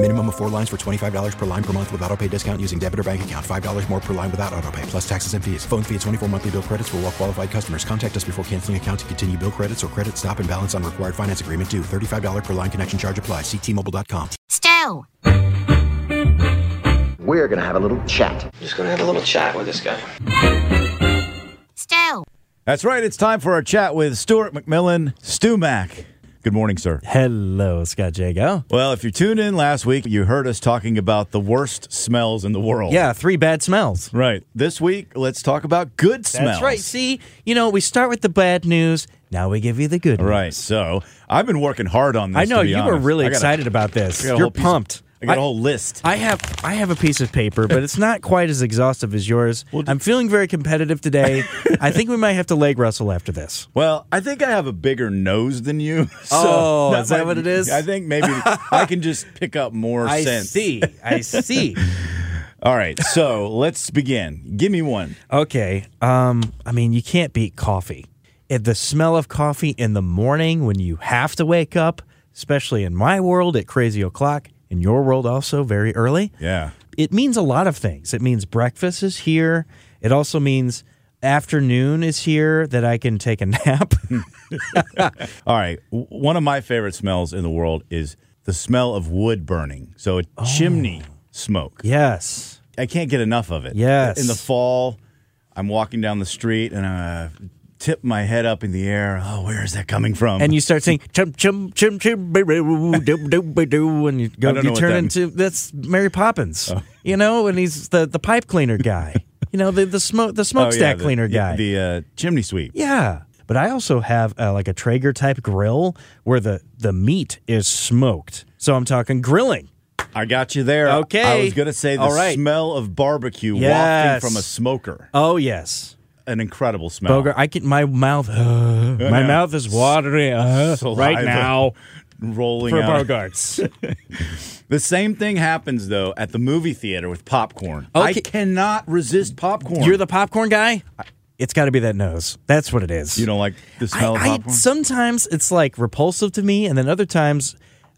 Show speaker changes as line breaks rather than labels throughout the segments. Minimum of four lines for $25 per line per month with auto pay discount using debit or bank account. $5 more per line without auto pay, plus taxes and fees. Phone fee at 24 monthly bill credits for all well qualified customers. Contact us before canceling account to continue bill credits or credit stop and balance on required finance agreement due. $35 per line connection charge applies. Ctmobile.com.
Stu.
We're gonna have a little chat.
Just gonna have a little chat with this guy.
Stu.
That's right. It's time for our chat with Stuart McMillan, Stu Mac. Good morning, sir.
Hello, Scott Jago.
Well, if you tuned in last week, you heard us talking about the worst smells in the world.
Yeah, three bad smells.
Right. This week, let's talk about good smells.
That's right. See, you know, we start with the bad news. Now we give you the good news.
Right. So I've been working hard on this.
I know
to be
you were
honest.
really
I got a-
excited about this.
I got a
You're
whole piece of-
pumped.
I got a whole list.
I have I have a piece of paper, but it's not quite as exhaustive as yours. I'm feeling very competitive today. I think we might have to leg wrestle after this.
Well, I think I have a bigger nose than you. So
Oh, is that what it is?
I think maybe I can just pick up more
I
sense.
see. I see.
All right, so let's begin. Give me one.
Okay. Um, I mean, you can't beat coffee. If the smell of coffee in the morning when you have to wake up, especially in my world at crazy o'clock, in your world also very early.
Yeah.
It means a lot of things. It means breakfast is here. It also means afternoon is here that I can take a nap.
All right. w- One of my favorite smells in the world is the smell of wood burning. So a
Oh.
chimney smoke.
yes.
I can't get enough of it.
Yes.
In the fall, I'm walking down the street and I tip my head up in the air. Oh, where is that coming from?
And you start saying chum chum chum chum ba-doo, doo, doo, ba-doo, and you
I
go
don't know
you
what
turn
that Oh.
into that's Mary Poppins. You know, and he's the, the pipe cleaner guy. you know, the the smoke the
Oh, yeah,
smokestack
the-
cleaner
yeah,
guy.
The uh, chimney sweep.
yeah. But I also have uh, like a Traeger type grill where the the meat is smoked. So I'm talking grilling.
I got you there.
Okay.
I was going to say the
All right.
smell of barbecue
Yes.
wafting from a smoker.
Oh yes.
An incredible smell.
Bogart, I can my mouth uh, my
know.
mouth is watering uh,
Saliva
right now
Rolling
for
out.
Bogarts.
The same thing happens though at the movie theater with popcorn. I
Okay.
cannot resist popcorn.
You're the popcorn guy? It's got to be that nose. That's what it is.
you don't like the smell of
I, I,
popcorn.
sometimes it's like repulsive to me, and then other times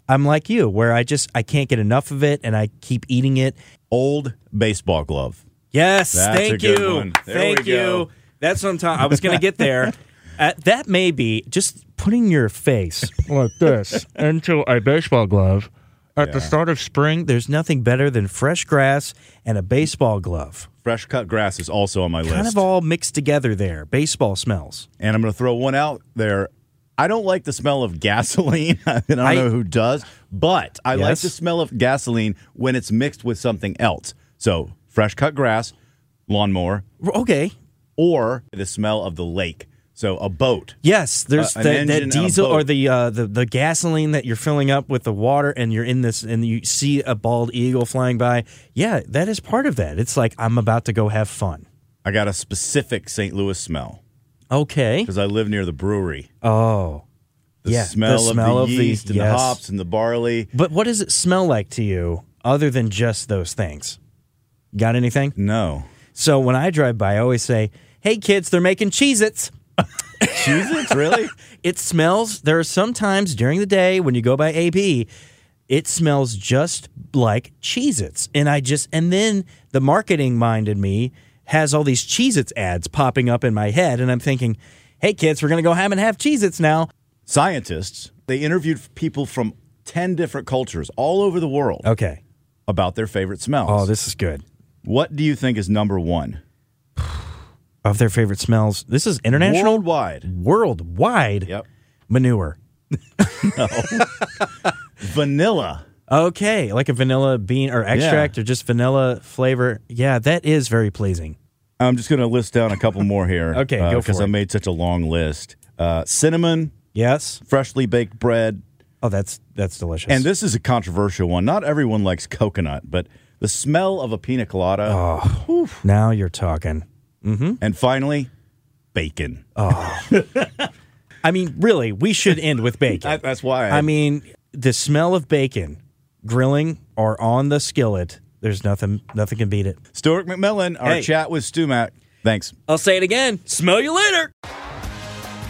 I'm like you, where I just I can't get enough of it, and I keep eating it.
Old baseball glove.
Yes,
That's
thank
a good
you,
one. There
thank
we
you.
go.
That's what I'm talking. I was gonna get there. Uh, that may be just putting your face like this into a baseball glove. At the start of spring, there's nothing better than fresh grass and a baseball glove.
Fresh cut grass is also on my
Kind
list.
of all mixed together there. Baseball smells.
and I'm going to throw one out there. I don't like the smell of gasoline. I don't
I-
know who does, but I like
Yes?
the smell of gasoline when it's mixed with something else. So fresh cut grass, lawnmower,
Okay.
or the smell of the lake. So a boat.
Yes, there's
Uh, an
that,
engine
that
and a
diesel or
boat.
the, uh, the the gasoline that you're filling up with the water, and you're in this, and you see a bald eagle flying by. Yeah, that is part of that. It's like I'm about to go have fun.
I got a specific St. Louis smell
Okay.
because I live near the brewery.
Oh,
The
yeah.
smell,
the smell
of the yeast and the
yes.
hops and the barley.
But what does it smell like to you, other than just those things? Got anything?
No.
So when I drive by, I always say, "Hey kids, they're making Cheez-Its.
Cheez-Its, really?
It smells. There are sometimes during the day when you go by AB, it smells just like Cheez Its. And I just, and then the marketing mind in me has all these Cheez Its ads popping up in my head. And I'm thinking, hey, kids, we're going to go have and have Cheez Its now.
Scientists, they interviewed people from 10 different cultures all over the world
Okay.
about their favorite smells.
Oh, this is good.
What do you think is number one?
Of their favorite smells. This is international,
Worldwide.
worldwide
Yep.
manure.
Vanilla.
Okay, like a vanilla bean or extract or just vanilla flavor. Yeah, that is very pleasing.
I'm just going to list down a couple more here.
Okay, go for
Because I
it.
made such a long list. Uh, cinnamon,
Yes.
freshly baked bread,
Oh, that's that's delicious.
and this is a controversial one. Not everyone likes coconut, but the smell of a pina colada,
Uh-huh. Oh, now you're talking.
and finally, bacon.
Oh. I mean, really, we should end with bacon.
That- that's why I-
I mean, the smell of bacon grilling or on the skillet. There's nothing nothing can beat it.
Stuart McMillan, our
Hey.
chat with Stu Mac. Thanks.
I'll say it again. Smell you later.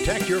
Protect your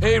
Hey,